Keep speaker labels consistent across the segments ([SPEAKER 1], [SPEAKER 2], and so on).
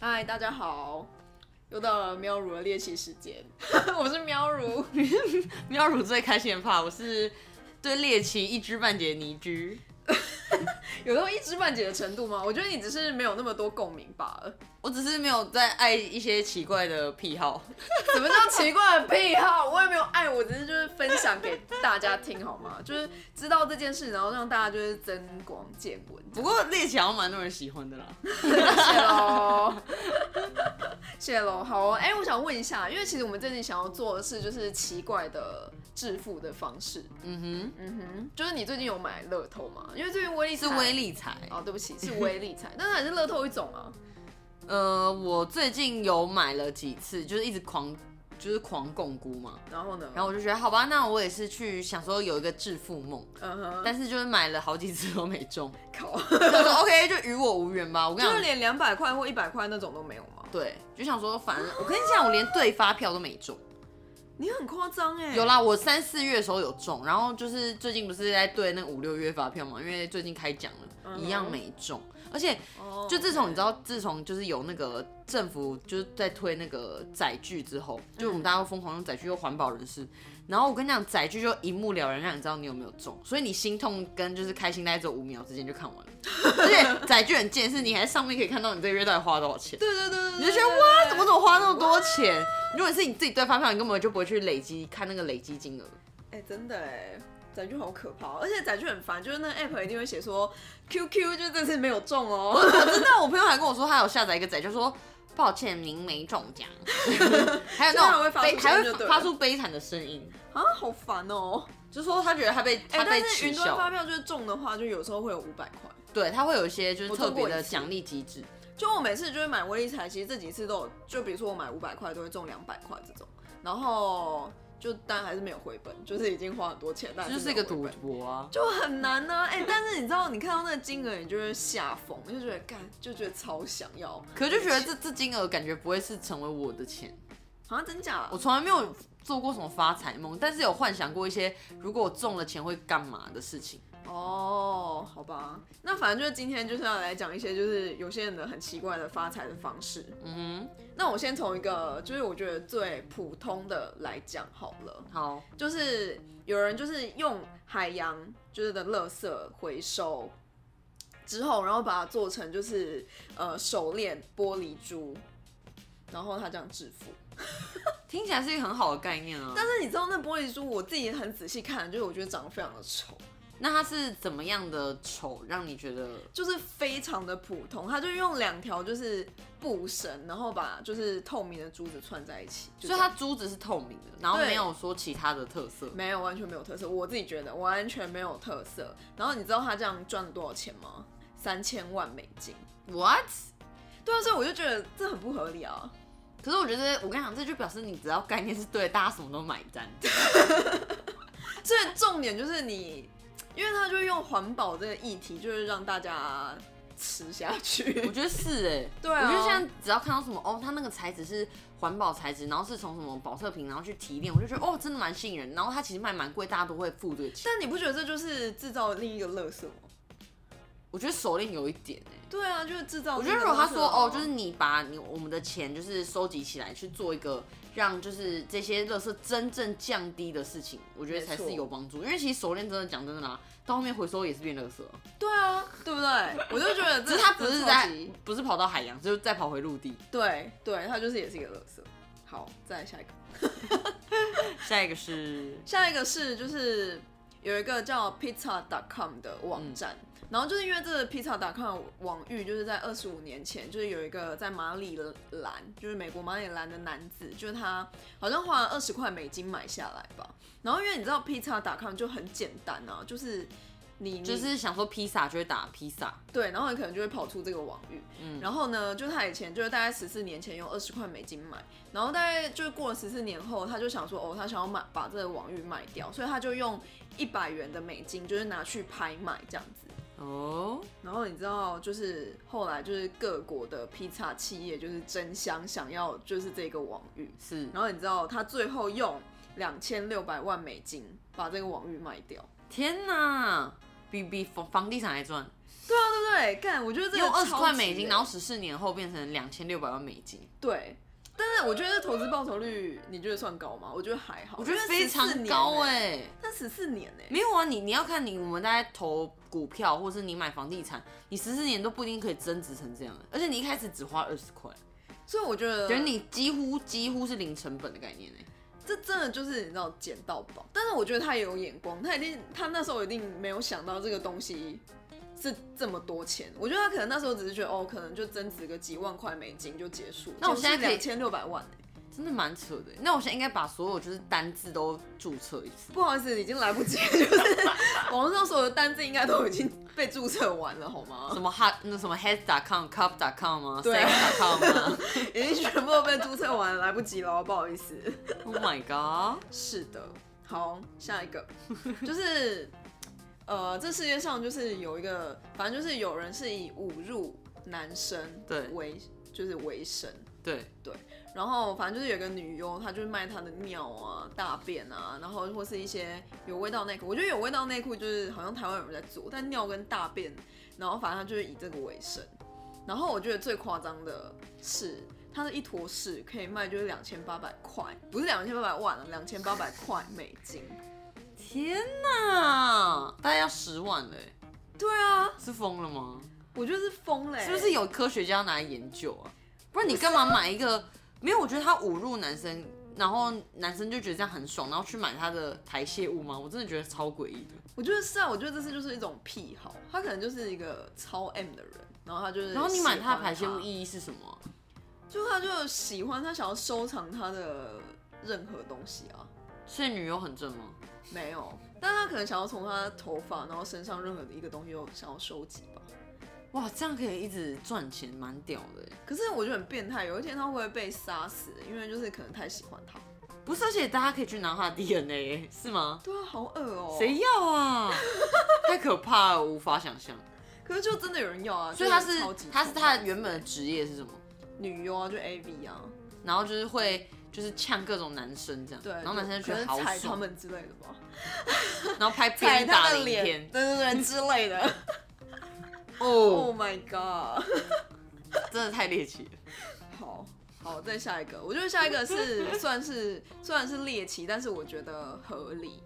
[SPEAKER 1] 嗨，大家好，又到了喵如的练习时间， 我是喵如。
[SPEAKER 2] 喵乳最开心的怕，我是对猎奇一知半解的泥居。
[SPEAKER 1] 有到一知半解的程度吗？我觉得你只是没有那么多共鸣罢了。
[SPEAKER 2] 我只是没有在爱一些奇怪的癖好，
[SPEAKER 1] 什么叫奇怪的癖好？我也没有爱，我只是就是分享给大家听好吗？就是知道这件事，然后让大家就是增广见闻。
[SPEAKER 2] 不过猎奇好像蛮多人喜欢的啦。
[SPEAKER 1] 谢喽， 谢喽。好、哦，哎、我想问一下，因为其实我们最近想要做的是就是奇怪的致富的方式。
[SPEAKER 2] 嗯
[SPEAKER 1] 嗯哼，就是你最近有买乐透吗？因为最近威力
[SPEAKER 2] 哼，是微理财。
[SPEAKER 1] 哦，对不起，是微理财，但是还是乐透一种啊。
[SPEAKER 2] 呃，我最近有买了几次，就是一直狂，就是狂共估嘛。
[SPEAKER 1] 然后呢？
[SPEAKER 2] 然后我就觉得好吧，那我也是去想说有一个致富梦，
[SPEAKER 1] 嗯哼，
[SPEAKER 2] 但是就是买了好几次都没中，
[SPEAKER 1] 考，
[SPEAKER 2] 就说 OK 就与我无缘吧。我跟
[SPEAKER 1] 就
[SPEAKER 2] 你
[SPEAKER 1] 是
[SPEAKER 2] 讲，
[SPEAKER 1] 连两百块或一百块那种都没有吗？
[SPEAKER 2] 对，就想说反正我跟你讲，我连对发票都没中。
[SPEAKER 1] 你很夸张哎，
[SPEAKER 2] 有啦，我三四月的时候有中，然后就是最近不是在对那个五六月发票嘛，因为最近开奖了，
[SPEAKER 1] 嗯
[SPEAKER 2] 一样没中。而且
[SPEAKER 1] 哦，
[SPEAKER 2] 就自从你知道，自从就是有那个政府就是在推那个载具之后，就我们大家都疯狂用载具，又环保人士。然后我跟你讲，载具就一目了然，让你知道你有没有中，所以你心痛跟就是开心大概只有五秒之间就看完了。而且载具很贱，是你还上面可以看到你这个月到底花多少钱。
[SPEAKER 1] 对对对对，
[SPEAKER 2] 你就觉得哇，怎么怎么花那么多钱？如果是你自己对发票，你根本就不会去累积看那个累积金额。
[SPEAKER 1] 哎、真的哎，载具好可怕哦，而且载具很烦，就是那个 app 一定会写说 QQ 就这次没有中哦，
[SPEAKER 2] 我 知道，我朋友还跟我说，他有下载一个载，就说抱歉，您没中奖。 还有那种悲，
[SPEAKER 1] 就是还
[SPEAKER 2] 还
[SPEAKER 1] 会发出声音就对
[SPEAKER 2] 会
[SPEAKER 1] 了
[SPEAKER 2] 发出悲惨的声音，
[SPEAKER 1] 啊，好烦哦。
[SPEAKER 2] 就说他觉得他被
[SPEAKER 1] 哎、
[SPEAKER 2] 他被
[SPEAKER 1] 但是
[SPEAKER 2] 耻
[SPEAKER 1] 云端发
[SPEAKER 2] 笑。
[SPEAKER 1] 票就是中的话，就有时候会有五百块。
[SPEAKER 2] 对，他会有一些就是
[SPEAKER 1] 我中
[SPEAKER 2] 特
[SPEAKER 1] 过
[SPEAKER 2] 别
[SPEAKER 1] 一
[SPEAKER 2] 的
[SPEAKER 1] 次
[SPEAKER 2] 奖励机制。
[SPEAKER 1] 就我每次就是买威力彩，其实这几次都有，就比如说我买五百块都会中两百块这种，然后就但还是没有回本，就是已经花很多钱，但
[SPEAKER 2] 这
[SPEAKER 1] 还
[SPEAKER 2] 就是一
[SPEAKER 1] 没
[SPEAKER 2] 个
[SPEAKER 1] 有回
[SPEAKER 2] 赌
[SPEAKER 1] 本
[SPEAKER 2] 博啊！
[SPEAKER 1] 就很难呢、哎、但是你知道，你看到那个金额，你就会吓疯，就觉得干，就觉得超想要，
[SPEAKER 2] 可就觉得这这金额感觉不会是成为我的钱，
[SPEAKER 1] 好像、真假啊
[SPEAKER 2] 我，从来没有做过什么发财梦，但是有幻想过一些如果我中了钱会干嘛的事情。
[SPEAKER 1] 哦，好吧，那反正就是今天就是要来讲一些，就是有些人的很奇怪的发财的方式。
[SPEAKER 2] 嗯
[SPEAKER 1] 那我先从一个，就是我觉得最普通的来讲好了，
[SPEAKER 2] 哼，好，
[SPEAKER 1] 就是有人就是用海洋就是的垃圾回收之后，然后把它做成就是呃手链、玻璃珠，然后他这样致富。
[SPEAKER 2] 听起来是一个很好的概念啊。
[SPEAKER 1] 但是你知道那玻璃珠，我自己也很仔细看，就是我觉得长得非常的丑，
[SPEAKER 2] 那它是怎么样的丑让你觉得
[SPEAKER 1] 就是非常的普通。它就用两条就是布绳，然后把就是透明的珠子串在一起，就
[SPEAKER 2] 所以
[SPEAKER 1] 这样
[SPEAKER 2] 它珠子是透明的，然后
[SPEAKER 1] 对
[SPEAKER 2] 没有说其他的特色。
[SPEAKER 1] 没有完全没有特色。我自己觉得完全没有特色。然后你知道他这样赚了多少钱吗？三千万美金。
[SPEAKER 2] What？
[SPEAKER 1] 对啊，所以我就觉得这很不合理啊。
[SPEAKER 2] 可是我觉得，我跟你讲，这就表示你只要概念是对的，大家什么都买单。
[SPEAKER 1] 所以重点就是你，因为他就用环保这个议题，就是让大家吃下
[SPEAKER 2] 我
[SPEAKER 1] 去。
[SPEAKER 2] 觉得是哎、
[SPEAKER 1] 对啊
[SPEAKER 2] 我觉得现在只要看到什么哦，它那个材质是环保材质，然后是从什么保特瓶，然后去提炼，我就觉得哦，真的蛮吸引人。然后它其实卖蛮贵，大家都会付这个钱。
[SPEAKER 1] 但你不觉得这就是制造另一个垃圾吗？
[SPEAKER 2] 我觉得手链有一点哎、
[SPEAKER 1] 对啊，就是制造
[SPEAKER 2] 我
[SPEAKER 1] 另一
[SPEAKER 2] 觉
[SPEAKER 1] 个
[SPEAKER 2] 得
[SPEAKER 1] 垃圾
[SPEAKER 2] 如
[SPEAKER 1] 啊。
[SPEAKER 2] 果他说哦，就是你把你我们的钱就是收集起来去做一个让就是这些垃圾真正降低的事情，我觉得才
[SPEAKER 1] 没
[SPEAKER 2] 是
[SPEAKER 1] 错
[SPEAKER 2] 有帮助。因为其实手链真的讲真的啦，到后面回收也是变垃圾了，
[SPEAKER 1] 对啊，对不对？我就觉得这，
[SPEAKER 2] 只是它不是
[SPEAKER 1] 这
[SPEAKER 2] 在
[SPEAKER 1] 超级
[SPEAKER 2] 不是跑到海洋，就是再跑回陆地。
[SPEAKER 1] 对对，它就是也是一个垃圾。好，再来下一个，
[SPEAKER 2] 下一个是
[SPEAKER 1] 下一个是就是有一个叫 pizza.com 的网站，然后就是因为这个 pizza.com 网域就是在二十五年前，就是有一个在马里兰，就是美国马里兰的男子，就是他好像花了二十块美金买下来吧。然后因为你知道 pizza.com 就很简单啊，就是你你
[SPEAKER 2] 就是想说披萨就会打披萨，
[SPEAKER 1] 对，然后你可能就会跑出这个网域。
[SPEAKER 2] 嗯
[SPEAKER 1] 然后呢，就他以前就是大概十四年前用二十块美金买，然后大概就是过了十四年后，他就想说，哦，他想要买把这个网域卖掉，所以他就用一百元的美金，就是拿去拍卖这样子。
[SPEAKER 2] 哦，
[SPEAKER 1] 然后你知道，就是后来就是各国的披萨企业就是争相想要就是这个网域，
[SPEAKER 2] 是
[SPEAKER 1] 然后你知道他最后用两千六百万美金把这个网域卖掉。
[SPEAKER 2] 天哪，比比房房地产还赚，
[SPEAKER 1] 对啊，对不对？干，我觉得这个
[SPEAKER 2] 用二十
[SPEAKER 1] 超
[SPEAKER 2] 块
[SPEAKER 1] 值
[SPEAKER 2] 美金，
[SPEAKER 1] 欸
[SPEAKER 2] 然后十四年后变成两千六百万美金，
[SPEAKER 1] 对。但是我觉得投资报酬率，你觉得算高吗？我觉得还好，
[SPEAKER 2] 我觉得非常高
[SPEAKER 1] 哎、
[SPEAKER 2] 哎、
[SPEAKER 1] 但十四年哎、
[SPEAKER 2] 没有啊，你你要看你我们大家投股票，或是你买房地产，你十四年都不一定可以增值成这样，而且你一开始只花二十块，
[SPEAKER 1] 所以我觉得
[SPEAKER 2] 觉得你几乎几乎是零成本的概念哎、
[SPEAKER 1] 这真的就是你知道捡到宝，但是我觉得他也有眼光，他一定他那时候一定没有想到这个东西是这么多钱，我觉得他可能那时候只是觉得哦，可能就增值个几万块美金就结束。
[SPEAKER 2] 那我现在可以
[SPEAKER 1] 两千六百万、欸，
[SPEAKER 2] 真的蛮扯的欸。那我现在应该把所有就是单字都注册一 次。
[SPEAKER 1] 不好意思，已经来不及了，就是 网络上所有的单字应该都已经被注册完了，好吗？
[SPEAKER 2] 什么 hot 那什么 heads.com、cup.com 吗
[SPEAKER 1] 对啊
[SPEAKER 2] ？sex.com 吗
[SPEAKER 1] 已经全部都被注册完了，来不及了，不好意思。
[SPEAKER 2] ？Oh my god！
[SPEAKER 1] 是的，好，下一个 就是，呃，这世界上就是有一个，反正就是有人是以侮辱男生
[SPEAKER 2] 对
[SPEAKER 1] 为就是为生，
[SPEAKER 2] 对，
[SPEAKER 1] 然后反正就是有一个女优，她就是卖她的尿啊、大便啊，然后或是一些有味道内裤。我觉得有味道内裤就是好像台湾有人在做，但尿跟大便，然后反正她就是以这个为生。然后我觉得最夸张的是，它的一坨屎可以卖就是两千八百块，不是两千八百万啊，两千八百块美金。
[SPEAKER 2] 天哪，大概要十万嘞，
[SPEAKER 1] 对啊，
[SPEAKER 2] 是疯了吗？
[SPEAKER 1] 我觉得是疯了欸、
[SPEAKER 2] 是不是有科学家拿来研究啊？不然你干嘛
[SPEAKER 1] 啊
[SPEAKER 2] 买一个？没有，我觉得他侮辱男生，然后男生就觉得这样很爽，然后去买他的排泄物吗？我真的觉得超诡异的。
[SPEAKER 1] 我觉得是啊，我觉得这是就是一种癖好，他可能就是一个超 M 的人，然后他就是，
[SPEAKER 2] 然后你买他的排泄
[SPEAKER 1] 现
[SPEAKER 2] 物意义是什么啊、
[SPEAKER 1] 就他就喜欢，他想要收藏他的任何东西啊，
[SPEAKER 2] 所以女友很正吗？
[SPEAKER 1] 没有，但他可能想要从他头发，然后身上任何的一个东西都想要收集吧。
[SPEAKER 2] 哇，这样可以一直赚钱，蛮屌的欸。
[SPEAKER 1] 可是我觉得很变态，有一天他会被杀死，因为就是可能太喜欢他。
[SPEAKER 2] 不是，而且大家可以去拿他的 DNA，是欸吗？
[SPEAKER 1] 对啊，好恶哦、
[SPEAKER 2] 谁要啊？太可怕了，我无法想象。
[SPEAKER 1] 可是就真的有人要啊，
[SPEAKER 2] 所以他
[SPEAKER 1] 就是超级
[SPEAKER 2] 他是他的原本的职业是什么？
[SPEAKER 1] 女优啊，就 A V 啊，
[SPEAKER 2] 然后就是会就是呛各种男生这样，
[SPEAKER 1] 对，
[SPEAKER 2] 然后男生就觉
[SPEAKER 1] 可
[SPEAKER 2] 得
[SPEAKER 1] 能
[SPEAKER 2] 好
[SPEAKER 1] 踩他
[SPEAKER 2] 爽，
[SPEAKER 1] 们之类的吧，
[SPEAKER 2] 然后拍
[SPEAKER 1] 踩
[SPEAKER 2] 鞭
[SPEAKER 1] 他
[SPEAKER 2] 打
[SPEAKER 1] 的
[SPEAKER 2] 的影
[SPEAKER 1] 脸，
[SPEAKER 2] 片，
[SPEAKER 1] 对对对之类的。
[SPEAKER 2] 哦，
[SPEAKER 1] Oh my god！
[SPEAKER 2] 真的太猎奇了。
[SPEAKER 1] 好好，再下一个，我觉得下一个是算是虽然是猎奇，但是我觉得合理。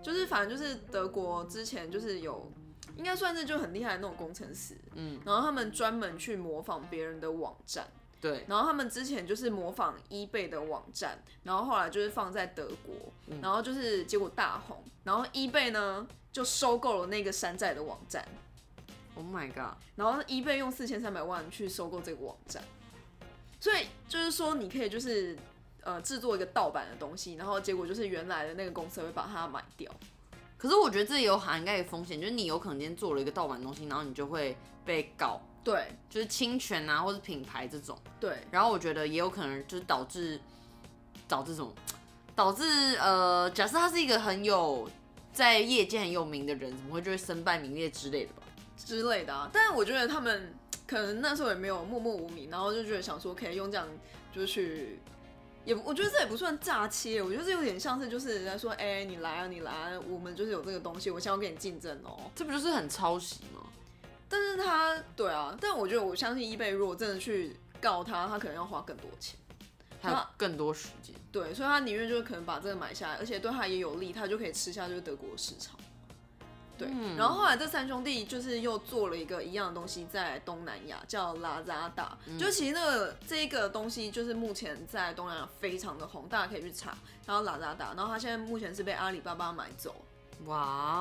[SPEAKER 1] 就是反正就是德国之前就是有，应该算是就很厉害的那种工程师，
[SPEAKER 2] 嗯，
[SPEAKER 1] 然后他们专门去模仿别人的网站，
[SPEAKER 2] 对，
[SPEAKER 1] 然后他们之前就是模仿 eBay 的网站，然后后来就是放在德国，然后就是结果大红，然后 eBay 呢就收购了那个山寨的网站，
[SPEAKER 2] Oh my god，
[SPEAKER 1] 然后 eBay 用四千三百万去收购这个网站，所以就是说你可以就是呃制作一个盗版的东西，然后结果就是原来的那个公司会把它买掉。
[SPEAKER 2] 可是我觉得这也有涵盖风险，就是你有可能今天做了一个盗版东西，然后你就会被告，
[SPEAKER 1] 对
[SPEAKER 2] 就是侵权啊，或是品牌这种。
[SPEAKER 1] 对，
[SPEAKER 2] 然后我觉得也有可能就是导致导致什么，导致呃，假设他是一个很有在业界很有名的人，怎么会就会身败名裂之类的吧？
[SPEAKER 1] 之类的啊。但是我觉得他们可能那时候也没有默默无名，然后就觉得想说可以用这样就是去。也不我觉得这也不算诈欺耶，我觉得这有点像是就是在说，哎、你来啊，你来啊，我们就是有这个东西，我想要跟你竞争哦、
[SPEAKER 2] 这不就是很抄袭吗？
[SPEAKER 1] 但是他对啊，但我觉得我相信伊贝如果真的去告他，他可能要花更多钱。
[SPEAKER 2] 还有更多时间。
[SPEAKER 1] 对，所以他宁愿就是可能把这个买下来，而且对他也有利，他就可以吃下就是德国市场。对，
[SPEAKER 2] 嗯
[SPEAKER 1] 然后后来这三兄弟就是又做了一个一样的东西在东南亚，叫拉扎达。
[SPEAKER 2] 嗯
[SPEAKER 1] 就其实那个这个东西就是目前在东南亚非常的红，大家可以去查。然后拉扎达，然后他现在目前是被阿里巴巴买走，
[SPEAKER 2] 哦哇、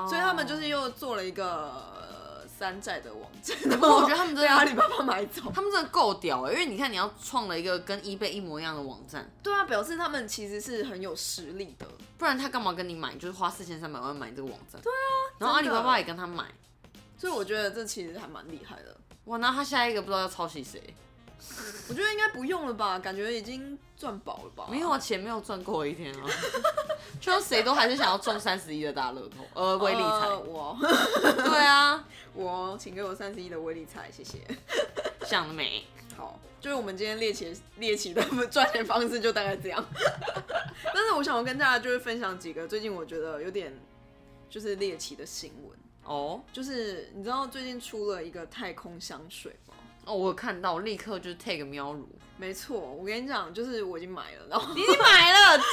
[SPEAKER 2] 哦
[SPEAKER 1] 所以他们就是又做了一个、呃山寨的网站。
[SPEAKER 2] 哦我觉得他们 真
[SPEAKER 1] 被
[SPEAKER 2] 的
[SPEAKER 1] 阿里巴巴买走。
[SPEAKER 2] 他们真的够屌、欸，因为你看你要创了一个跟 eBay 一模一样的网站，
[SPEAKER 1] 对啊，表示他们其实是很有实力的。
[SPEAKER 2] 不然他干嘛跟你买？就是花四千三百万买这个网站。对啊，然后阿里巴巴也跟他买。
[SPEAKER 1] 所以我觉得这其实还蛮厉害的。
[SPEAKER 2] 哇，那他下一个不知道要抄袭谁？
[SPEAKER 1] 我觉得应该不用了吧，感觉已经赚饱了吧？
[SPEAKER 2] 没有啊，钱没有赚够一天啊， 就谁都还是想要中三十一的大乐透，呃，微理
[SPEAKER 1] 呃
[SPEAKER 2] 财。
[SPEAKER 1] 我
[SPEAKER 2] 对啊，
[SPEAKER 1] 我请给我三十一的微理财，谢谢。
[SPEAKER 2] 想得美。
[SPEAKER 1] 好，就是我们今天猎奇猎奇的 赚钱方式就大概这样。 但是我想要跟大家就是分享几个最近我觉得有点就是猎奇的新闻。
[SPEAKER 2] 哦
[SPEAKER 1] 就是你知道最近出了一个太空香水吗？
[SPEAKER 2] 哦，我有看到，立刻就是 take 喵乳，
[SPEAKER 1] 没错，我跟你讲，就是我已经买了，然后
[SPEAKER 2] 你已经买了，金，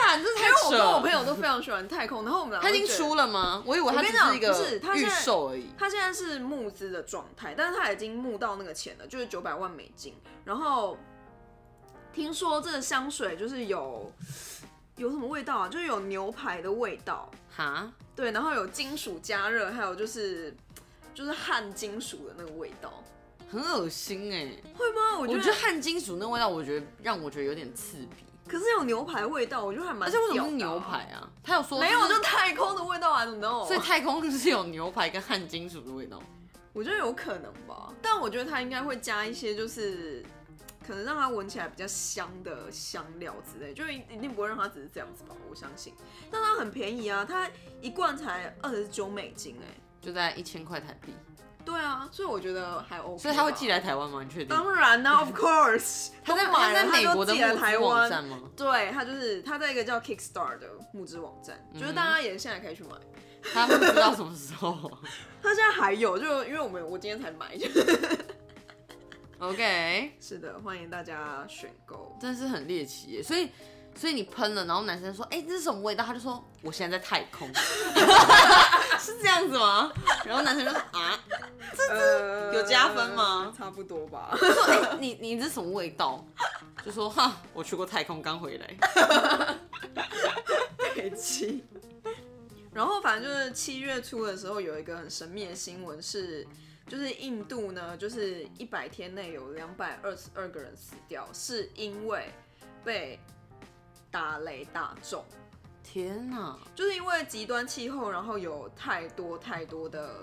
[SPEAKER 2] 干，这太
[SPEAKER 1] 因为我
[SPEAKER 2] 扯
[SPEAKER 1] 跟我朋
[SPEAKER 2] 了。
[SPEAKER 1] 友都非常喜欢太空，然后我们两个
[SPEAKER 2] 他已经
[SPEAKER 1] 就觉得
[SPEAKER 2] 出了吗？我以为
[SPEAKER 1] 我
[SPEAKER 2] 他
[SPEAKER 1] 跟
[SPEAKER 2] 只
[SPEAKER 1] 你讲
[SPEAKER 2] 一个
[SPEAKER 1] 不是他现
[SPEAKER 2] 预
[SPEAKER 1] 在
[SPEAKER 2] 售而已。
[SPEAKER 1] 他现在是募资的状态，但是他已经募到那个钱了，就是九百万美金。然后听说这个香水就是有有什么味道啊？就是有牛排的味道，
[SPEAKER 2] 哈，
[SPEAKER 1] 对，然后有金属加热，还有就是就是焊金属的那个味道，
[SPEAKER 2] 很恶心哎、
[SPEAKER 1] 会吗？我
[SPEAKER 2] 我
[SPEAKER 1] 觉
[SPEAKER 2] 觉
[SPEAKER 1] 得，
[SPEAKER 2] 得汗金属那味道，我觉得让我觉得有点刺鼻。
[SPEAKER 1] 可是有牛排味道，我觉得还蛮、
[SPEAKER 2] 而且为什么是牛？排啊？他有说
[SPEAKER 1] 没有，
[SPEAKER 2] 是
[SPEAKER 1] 就太空的味道啊，怎么弄？
[SPEAKER 2] 所以太空是有牛排跟汗金属的味道。
[SPEAKER 1] 我觉得有可能吧，但我觉得它应该会加一些，就是可能让它闻起来比较香的香料之类，就一定不会让它只是这样子吧，我相信。但它很便宜啊，它一罐才二十九美金哎、
[SPEAKER 2] 就在一千块台币，
[SPEAKER 1] 对啊，所以我觉得还 OK。
[SPEAKER 2] 所以他会寄
[SPEAKER 1] 来？
[SPEAKER 2] 来台湾吗？你确定？
[SPEAKER 1] 当然啦、o f course，
[SPEAKER 2] 他在
[SPEAKER 1] 都买
[SPEAKER 2] 他
[SPEAKER 1] 了
[SPEAKER 2] 在美国的
[SPEAKER 1] 都寄来
[SPEAKER 2] 募
[SPEAKER 1] 台
[SPEAKER 2] 资网站
[SPEAKER 1] 湾。
[SPEAKER 2] 吗？
[SPEAKER 1] 对，它就是它在一个叫 Kickstarter 的募资网站，
[SPEAKER 2] 嗯
[SPEAKER 1] 就是大家也现在可以去买。
[SPEAKER 2] 他不知道什么时候。啊
[SPEAKER 1] 它现在还有，就因为我们我今天才买， 就是
[SPEAKER 2] OK，
[SPEAKER 1] 是的，欢迎大家选购。
[SPEAKER 2] 真的是很猎奇耶。所以，所以你喷了，然后男生说：“哎、这是什么味道？”他就说：“我现在在太空。” 是这样子吗？然后男生就说：“啊，
[SPEAKER 1] 呃
[SPEAKER 2] 有加分吗
[SPEAKER 1] 差不多吧。
[SPEAKER 2] 他说哎 你你这什么味道？”就说：“哈，我去过太空，刚回来。
[SPEAKER 1] 北极。然后反正就是七月初的时候，有一个很神秘的新闻是，就是印度呢，就是一百天内有两百二十二个人死掉，是因为被打雷打中，”
[SPEAKER 2] 天哪！
[SPEAKER 1] 就是因为极端气候，然后有太多太多的，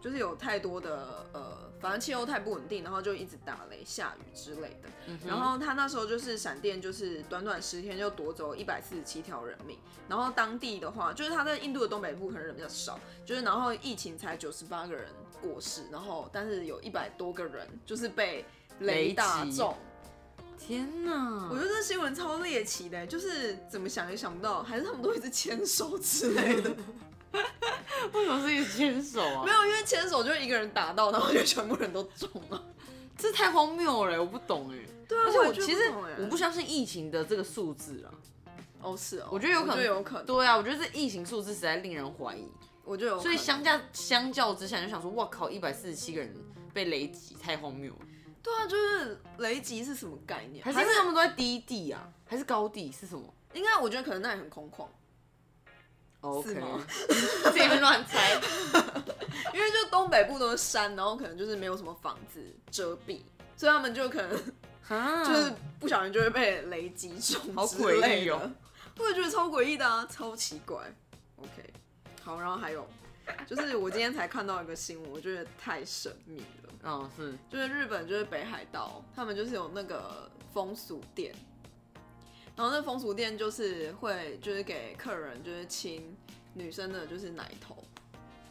[SPEAKER 1] 就是有太多的呃，反正气候太不稳定，然后就一直打雷、下雨之类的。
[SPEAKER 2] 嗯
[SPEAKER 1] 然后他那时候就是闪电，就是短短十天就夺走一百四十七条人命。然后当地的话，就是他在印度的东北部可能人比较少，就是然后疫情才九十八个人过世，然后但是有一百多个人就是被雷
[SPEAKER 2] 雷
[SPEAKER 1] 打
[SPEAKER 2] 击嗯
[SPEAKER 1] 中。
[SPEAKER 2] 天哪！
[SPEAKER 1] 我觉得这新闻超猎奇的，欸就是怎么想也想不到，还是他们都一直 牵手之 类的。
[SPEAKER 2] 为什么是一个牵手啊？
[SPEAKER 1] 没有，因为牵手就一个人打到，然后就全部人都中了。
[SPEAKER 2] 这太荒谬了，我不懂哎。
[SPEAKER 1] 对啊
[SPEAKER 2] 而且我其实我
[SPEAKER 1] 我
[SPEAKER 2] 不欸相信疫情的这个数字啊。
[SPEAKER 1] 欸哦是哦，
[SPEAKER 2] 我觉得有可能
[SPEAKER 1] 我觉得有可能，
[SPEAKER 2] 对啊，我觉得这疫情数字实在令人怀疑。
[SPEAKER 1] 我觉得有可能。
[SPEAKER 2] 所以相较相较之下，你就想说，哇靠，一百四十七个人被雷击，太荒谬了。
[SPEAKER 1] 对啊，就是雷击是什么概念？
[SPEAKER 2] 还是因为他们都在低地啊，还是高地是什么
[SPEAKER 1] 应该我觉得可能那里很空旷，
[SPEAKER 2] ？OK，
[SPEAKER 1] 是吗
[SPEAKER 2] 自己们乱猜。
[SPEAKER 1] 因为就东北部都是山，然后可能就是没有什么房子遮蔽，所以他们就可能
[SPEAKER 2] 啊，
[SPEAKER 1] 就是不小心就会被雷击中
[SPEAKER 2] 好
[SPEAKER 1] 之类
[SPEAKER 2] 诡异
[SPEAKER 1] 的
[SPEAKER 2] 哦，
[SPEAKER 1] 我也觉得超诡异的啊，超奇怪。OK，好，然后还有就是我今天才看到一个新闻，我觉得太神秘了。
[SPEAKER 2] 嗯是，
[SPEAKER 1] 就是日本就是北海道，他们就是有那个风俗店，然后那风俗店就是会就是给客人就是亲女生的就是奶头，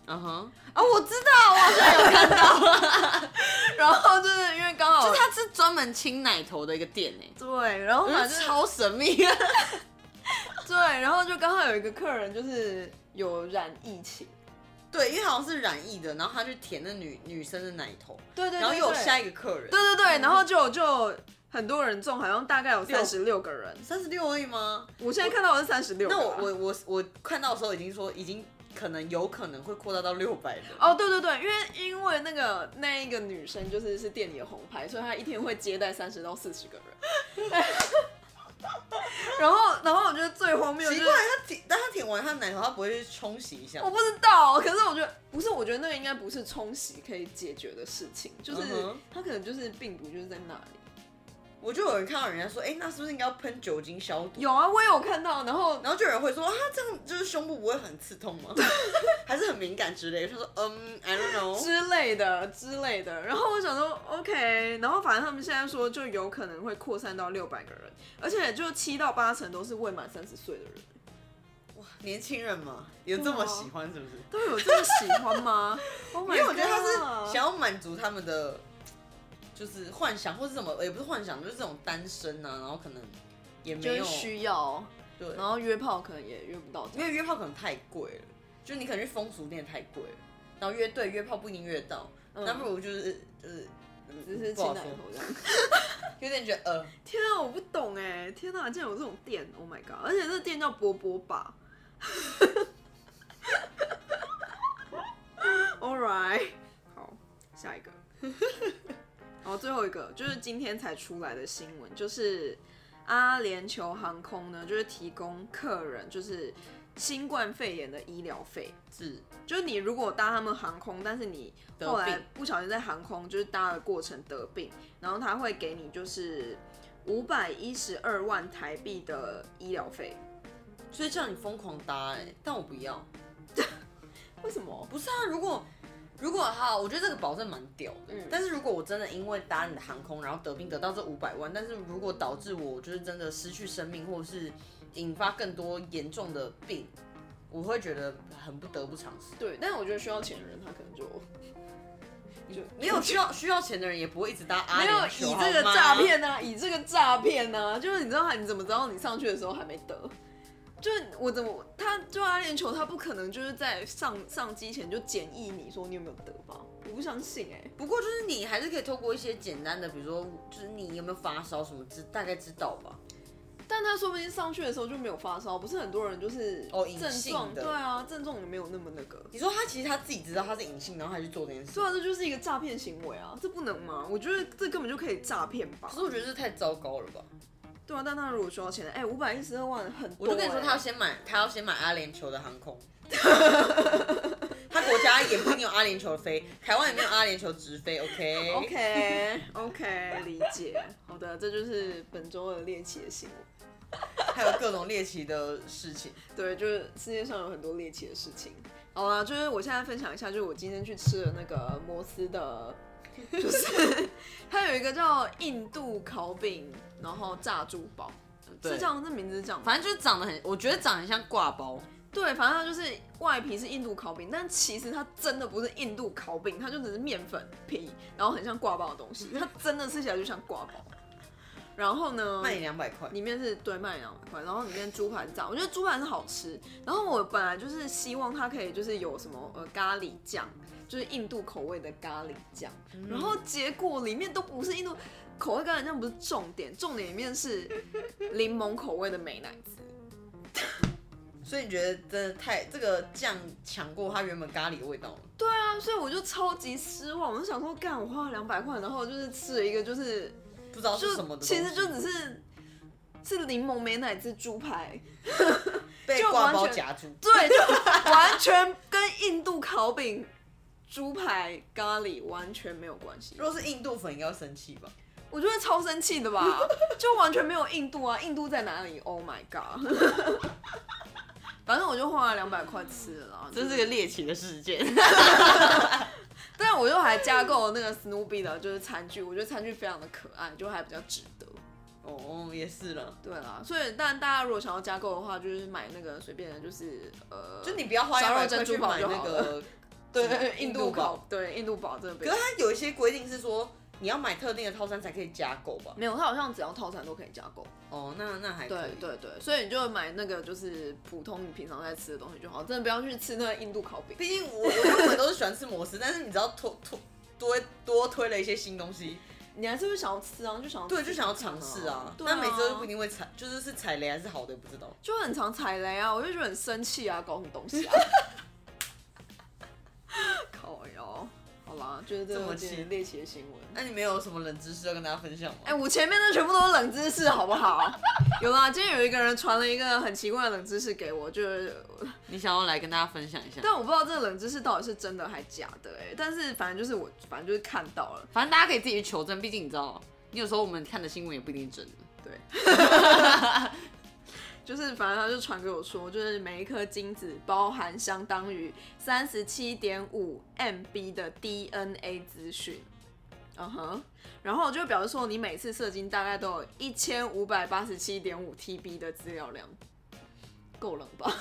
[SPEAKER 2] 嗯哼，啊我知道，我好像有看到，
[SPEAKER 1] 然后就是因为刚好
[SPEAKER 2] 就它是专门清奶头的一个店哎、
[SPEAKER 1] 对，然后
[SPEAKER 2] 我觉
[SPEAKER 1] 反
[SPEAKER 2] 得
[SPEAKER 1] 正
[SPEAKER 2] 超神秘。
[SPEAKER 1] 对，然后就刚好有一个客人就是有染疫情，
[SPEAKER 2] 对，因为好像是染疫的，然后他去舔那女女生的奶头，
[SPEAKER 1] 对对
[SPEAKER 2] 然后又有下
[SPEAKER 1] 一
[SPEAKER 2] 一个客人，
[SPEAKER 1] 对对对，然后就就很多人中，好像大概有
[SPEAKER 2] 六
[SPEAKER 1] 三十六个人，
[SPEAKER 2] 三十六而已吗？
[SPEAKER 1] 我现在看到我是三十六，啊
[SPEAKER 2] 那我我我我看到的时候已经说已经可能有可能会扩大到六百人。
[SPEAKER 1] 哦，对对对，因为因为那个那一个女生就是是店里的红牌，所以她一天会接待三十到四十个人。 然后，然后我觉得最荒谬就是
[SPEAKER 2] 奇怪，他舔，但他舔完他奶头，他不会去冲洗一下
[SPEAKER 1] 我？不知道，可是我觉得不是，我觉得那个应该不是冲洗可以解决的事情，就是
[SPEAKER 2] 嗯哼
[SPEAKER 1] 她可能就是病毒就是在那里。
[SPEAKER 2] 我就有人看到人家说，哎、那是不是应该要喷酒精消毒？
[SPEAKER 1] 有啊，我也有看到，然后
[SPEAKER 2] 然后就有人会说，啊，这样就是胸部不会很刺痛吗？ 还是很敏感之类的？他说，嗯，I don't know。
[SPEAKER 1] 之类的之类的。然后我想说，OK，然后反正他们现在说就有可能会扩散到六百个人，而且就七到八成都是未满三十岁的人。
[SPEAKER 2] 年轻人嘛，有这么
[SPEAKER 1] 啊
[SPEAKER 2] 喜欢是不是？
[SPEAKER 1] 都有这么喜欢 吗？Oh 因
[SPEAKER 2] 因为我觉得他是想
[SPEAKER 1] 想
[SPEAKER 2] 要满足他们的，就是幻想或是什么，也不是幻想，就是这种单身啊，然后可能也
[SPEAKER 1] 就
[SPEAKER 2] 没
[SPEAKER 1] 是
[SPEAKER 2] 有
[SPEAKER 1] 需要，
[SPEAKER 2] 对，
[SPEAKER 1] 然后约炮可能也约不到这
[SPEAKER 2] 因
[SPEAKER 1] 样。
[SPEAKER 2] 为约炮可能太贵了，就你可能去风俗店太贵了，然后约对约炮不一定约到，那不如就是就是
[SPEAKER 1] 嗯只是
[SPEAKER 2] 不
[SPEAKER 1] 亲
[SPEAKER 2] 好
[SPEAKER 1] 奶
[SPEAKER 2] 说
[SPEAKER 1] 头这样。
[SPEAKER 2] 有点觉得呃，
[SPEAKER 1] 天啊，我不懂哎！天啊，竟然有这种店！Oh my god！而且这店叫波波吧。All right，好，下一个。 然后最后一个就是今天才出来的新闻，就是阿联酋航空呢，就是提供客人就是新冠肺炎的医疗费。
[SPEAKER 2] 是
[SPEAKER 1] 就是你如果搭他们航空，但是你
[SPEAKER 2] 得
[SPEAKER 1] 后来
[SPEAKER 2] 病
[SPEAKER 1] 不小心在航空就是搭的过程得病，然后他会给你就是五百一十二万台币的医疗费。
[SPEAKER 2] 所以叫你疯狂搭哎、但我不要。
[SPEAKER 1] 为什么？
[SPEAKER 2] 不是啊，如果如果好，我觉得这个保证蛮屌的。
[SPEAKER 1] 嗯
[SPEAKER 2] 但是如果我真的因为搭你的航空，然后得病得到这五百万，但是如果导致我就是真的失去生命，或者是引发更多严重的病，我会觉得很不得不偿失。
[SPEAKER 1] 对，但是我觉得需要钱的人他可能就 就
[SPEAKER 2] 没有需要需要钱的人也不会一直搭阿
[SPEAKER 1] 没
[SPEAKER 2] 联
[SPEAKER 1] 有
[SPEAKER 2] 酋
[SPEAKER 1] 以这个
[SPEAKER 2] 好吗
[SPEAKER 1] 诈骗呢、以这个诈骗呢，就是你知道他你怎么知道你上去的时候还没得？就是我怎么他就阿联酋他不可能就是在上上机前就检疫你说你有没有得吧？我不相信哎、
[SPEAKER 2] 不过就是你还是可以透过一些简单的，比如说就是你有没有发烧什么知大概知道吧。
[SPEAKER 1] 但他说不定上去的时候就没有发烧，不是很多人就是
[SPEAKER 2] 哦隐
[SPEAKER 1] 症
[SPEAKER 2] 性
[SPEAKER 1] 状，
[SPEAKER 2] 的
[SPEAKER 1] 对啊，症状也没有那么那个。
[SPEAKER 2] 你说他其实他自己知道他是隐性，然后他去做这件事
[SPEAKER 1] 对，啊，这就是一个诈骗行为啊，这不能吗？我觉得这根本就可以诈骗吧
[SPEAKER 2] 可。是我觉得这太糟糕了吧。
[SPEAKER 1] 对啊，但他如果需要钱，哎、5五百一十二万很
[SPEAKER 2] 我
[SPEAKER 1] 多、
[SPEAKER 2] 就跟你说，他要
[SPEAKER 1] 哎
[SPEAKER 2] 先买，他要先买阿联酋的航空。 他国家也不一定有阿联酋飞，台湾也没有阿联酋直飞，OK？
[SPEAKER 1] OK OK 理解。好的，这就是本周的猎奇的新闻。
[SPEAKER 2] 还有各种猎奇的事情。
[SPEAKER 1] 对，就是世界上有很多猎奇的事情。好啦，就是我现在分享一下，就是我今天去吃的那个摩斯的，就是 它有一个叫印度烤饼，然后炸珠堡，
[SPEAKER 2] 对
[SPEAKER 1] 是这样，这名字是这样吗。
[SPEAKER 2] 反正就是长得很，我觉得长得很像挂包，
[SPEAKER 1] 对，反正它就是外皮是印度烤饼，但其实它真的不是印度烤饼，它就只是面粉皮，然后很像挂包的东西，它真的吃起来就像挂包。然后呢？
[SPEAKER 2] 卖你两百块。
[SPEAKER 1] 里面是对卖两百块，然后里面猪排是炸，我觉得猪排是好吃。然后我本来就是希望它可以就是有什么呃咖喱酱，就是印度口味的咖喱酱，
[SPEAKER 2] 嗯
[SPEAKER 1] 然后结果里面都不是印度口味咖喱酱，不是重点，重点里面是柠檬口味的美乃滋。
[SPEAKER 2] 所以你觉得真的太这个酱抢过它原本咖喱的味道吗？
[SPEAKER 1] 对啊，所以我就超级失望，我就想说，干，我花了两百块，然后就是吃了一个就是
[SPEAKER 2] 不知道是什么
[SPEAKER 1] 就
[SPEAKER 2] 的东西。
[SPEAKER 1] 其实就只是是柠檬美乃滋猪排。
[SPEAKER 2] 被
[SPEAKER 1] 就
[SPEAKER 2] 挂
[SPEAKER 1] 完
[SPEAKER 2] 包
[SPEAKER 1] 全
[SPEAKER 2] 夹住。
[SPEAKER 1] 对，就完全跟印度烤饼、猪排、咖喱完全没有关系
[SPEAKER 2] 如。果是印度粉，应该会生气吧？
[SPEAKER 1] 我觉得超生气 的吧，就完全没有印度啊！印度在哪里？Oh my god！反正我就花了两百块吃了啦，
[SPEAKER 2] 这是个猎奇的事件。
[SPEAKER 1] 但我又还加购了那个 Snoopy 的，就是餐具，我觉得餐具非常的可爱，就还比较值得。
[SPEAKER 2] 哦，也是了。
[SPEAKER 1] 对啦，所以但大家如果想要加购的话，就是买那个随便的，就是呃，
[SPEAKER 2] 就你不要花
[SPEAKER 1] 烧
[SPEAKER 2] 两
[SPEAKER 1] 肉
[SPEAKER 2] 百
[SPEAKER 1] 珍
[SPEAKER 2] 块
[SPEAKER 1] 珠
[SPEAKER 2] 去
[SPEAKER 1] 堡
[SPEAKER 2] 买
[SPEAKER 1] 就
[SPEAKER 2] 那
[SPEAKER 1] 好
[SPEAKER 2] 个
[SPEAKER 1] 对印
[SPEAKER 2] 印
[SPEAKER 1] 度
[SPEAKER 2] 度
[SPEAKER 1] 烤
[SPEAKER 2] 烤，
[SPEAKER 1] 对印度堡真的被
[SPEAKER 2] 可是它有一些规定是说，你要买特定的套餐才可以加购吧？
[SPEAKER 1] 没有，它好像只要套餐都可以加购。
[SPEAKER 2] 哦，那那还可
[SPEAKER 1] 对
[SPEAKER 2] 以。
[SPEAKER 1] 对对，所以你就买那个就是普通你平常在吃的东西就好，真的不要去吃那个印度烤饼。
[SPEAKER 2] 毕竟我我原本都是喜欢吃摩斯，但是你知道 多多多多推了一些新东西，
[SPEAKER 1] 你还是会想要吃啊，就想要
[SPEAKER 2] 对，
[SPEAKER 1] 吃
[SPEAKER 2] 就想要尝试啊。
[SPEAKER 1] 对啊
[SPEAKER 2] 但每次都不一定会踩，就是是踩雷还是好的也不知道。
[SPEAKER 1] 就很常踩雷啊，我就觉得很生气啊，搞什么东 西啊？靠哟，好啦，就是这
[SPEAKER 2] 这么
[SPEAKER 1] 么
[SPEAKER 2] 气
[SPEAKER 1] 猎奇的新闻。
[SPEAKER 2] 那你们有什么冷知识要跟大家分享吗？
[SPEAKER 1] 哎、我前面的全部都是冷知识，好不好？ 有啦，今天有一个人传了一个很奇怪的冷知识给我，就是
[SPEAKER 2] 你想要来跟大家分享一下？
[SPEAKER 1] 但我不知道这个冷知识到底是真的还假的哎、但是反正就是我反正就是看到了，
[SPEAKER 2] 反正大家可以自己去求证，毕竟你知道，你有时候我们看的新闻也不一定真 的。
[SPEAKER 1] 对，就是反正他就传给我说，就是每一颗精子包含相当于三十七点五 MB 的 DNA 资讯。嗯哼，然后就表示说，你每次射精大概都有一千五百八十七点五 TB 的资料量，够冷吧？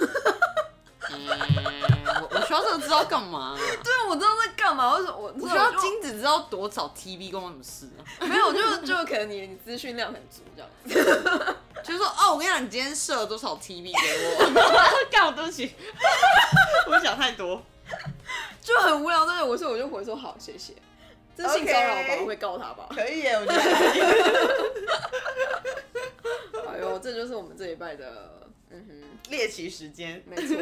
[SPEAKER 2] 哎我我需要这个知道干嘛、啊
[SPEAKER 1] 对，我知道在干嘛，我我
[SPEAKER 2] 我
[SPEAKER 1] 我
[SPEAKER 2] 需要
[SPEAKER 1] 就
[SPEAKER 2] 精子知道多少 TB 关我什么事啊？
[SPEAKER 1] 没有，就就可能你你资讯量很足这样子。
[SPEAKER 2] 就是说哦，我跟你讲，你今天设了多少 TB 给我？ 干我对不起， 我想太多。
[SPEAKER 1] 就很无聊。但是我说我就回说好，谢谢。这是性骚扰吧
[SPEAKER 2] OK
[SPEAKER 1] 我会告他吧。
[SPEAKER 2] 可以耶，我觉得。
[SPEAKER 1] 哎呦，这就是我们这一拜的，嗯哼，
[SPEAKER 2] 猎奇时间，
[SPEAKER 1] 没错。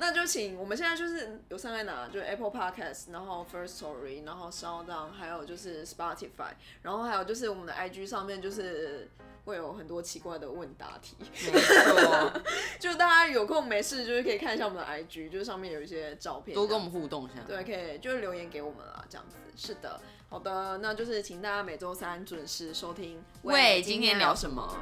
[SPEAKER 1] 那就请我们现在就是有上在哪，就是 Apple Podcast，然后 First Story，然后 Sound，还有就是 Spotify，然后还有就是我们的 IG 上面就是会有很多奇怪的问答题，
[SPEAKER 2] 没错，
[SPEAKER 1] 就大家有空没事就是可以看一下我们的 IG，就是上面有一些照片，
[SPEAKER 2] 多跟我们互动一下。
[SPEAKER 1] 对，可以就是留言给我们啦，这样子。是的，好的，那就是请大家每周三准时收听。
[SPEAKER 2] 喂今天聊什么？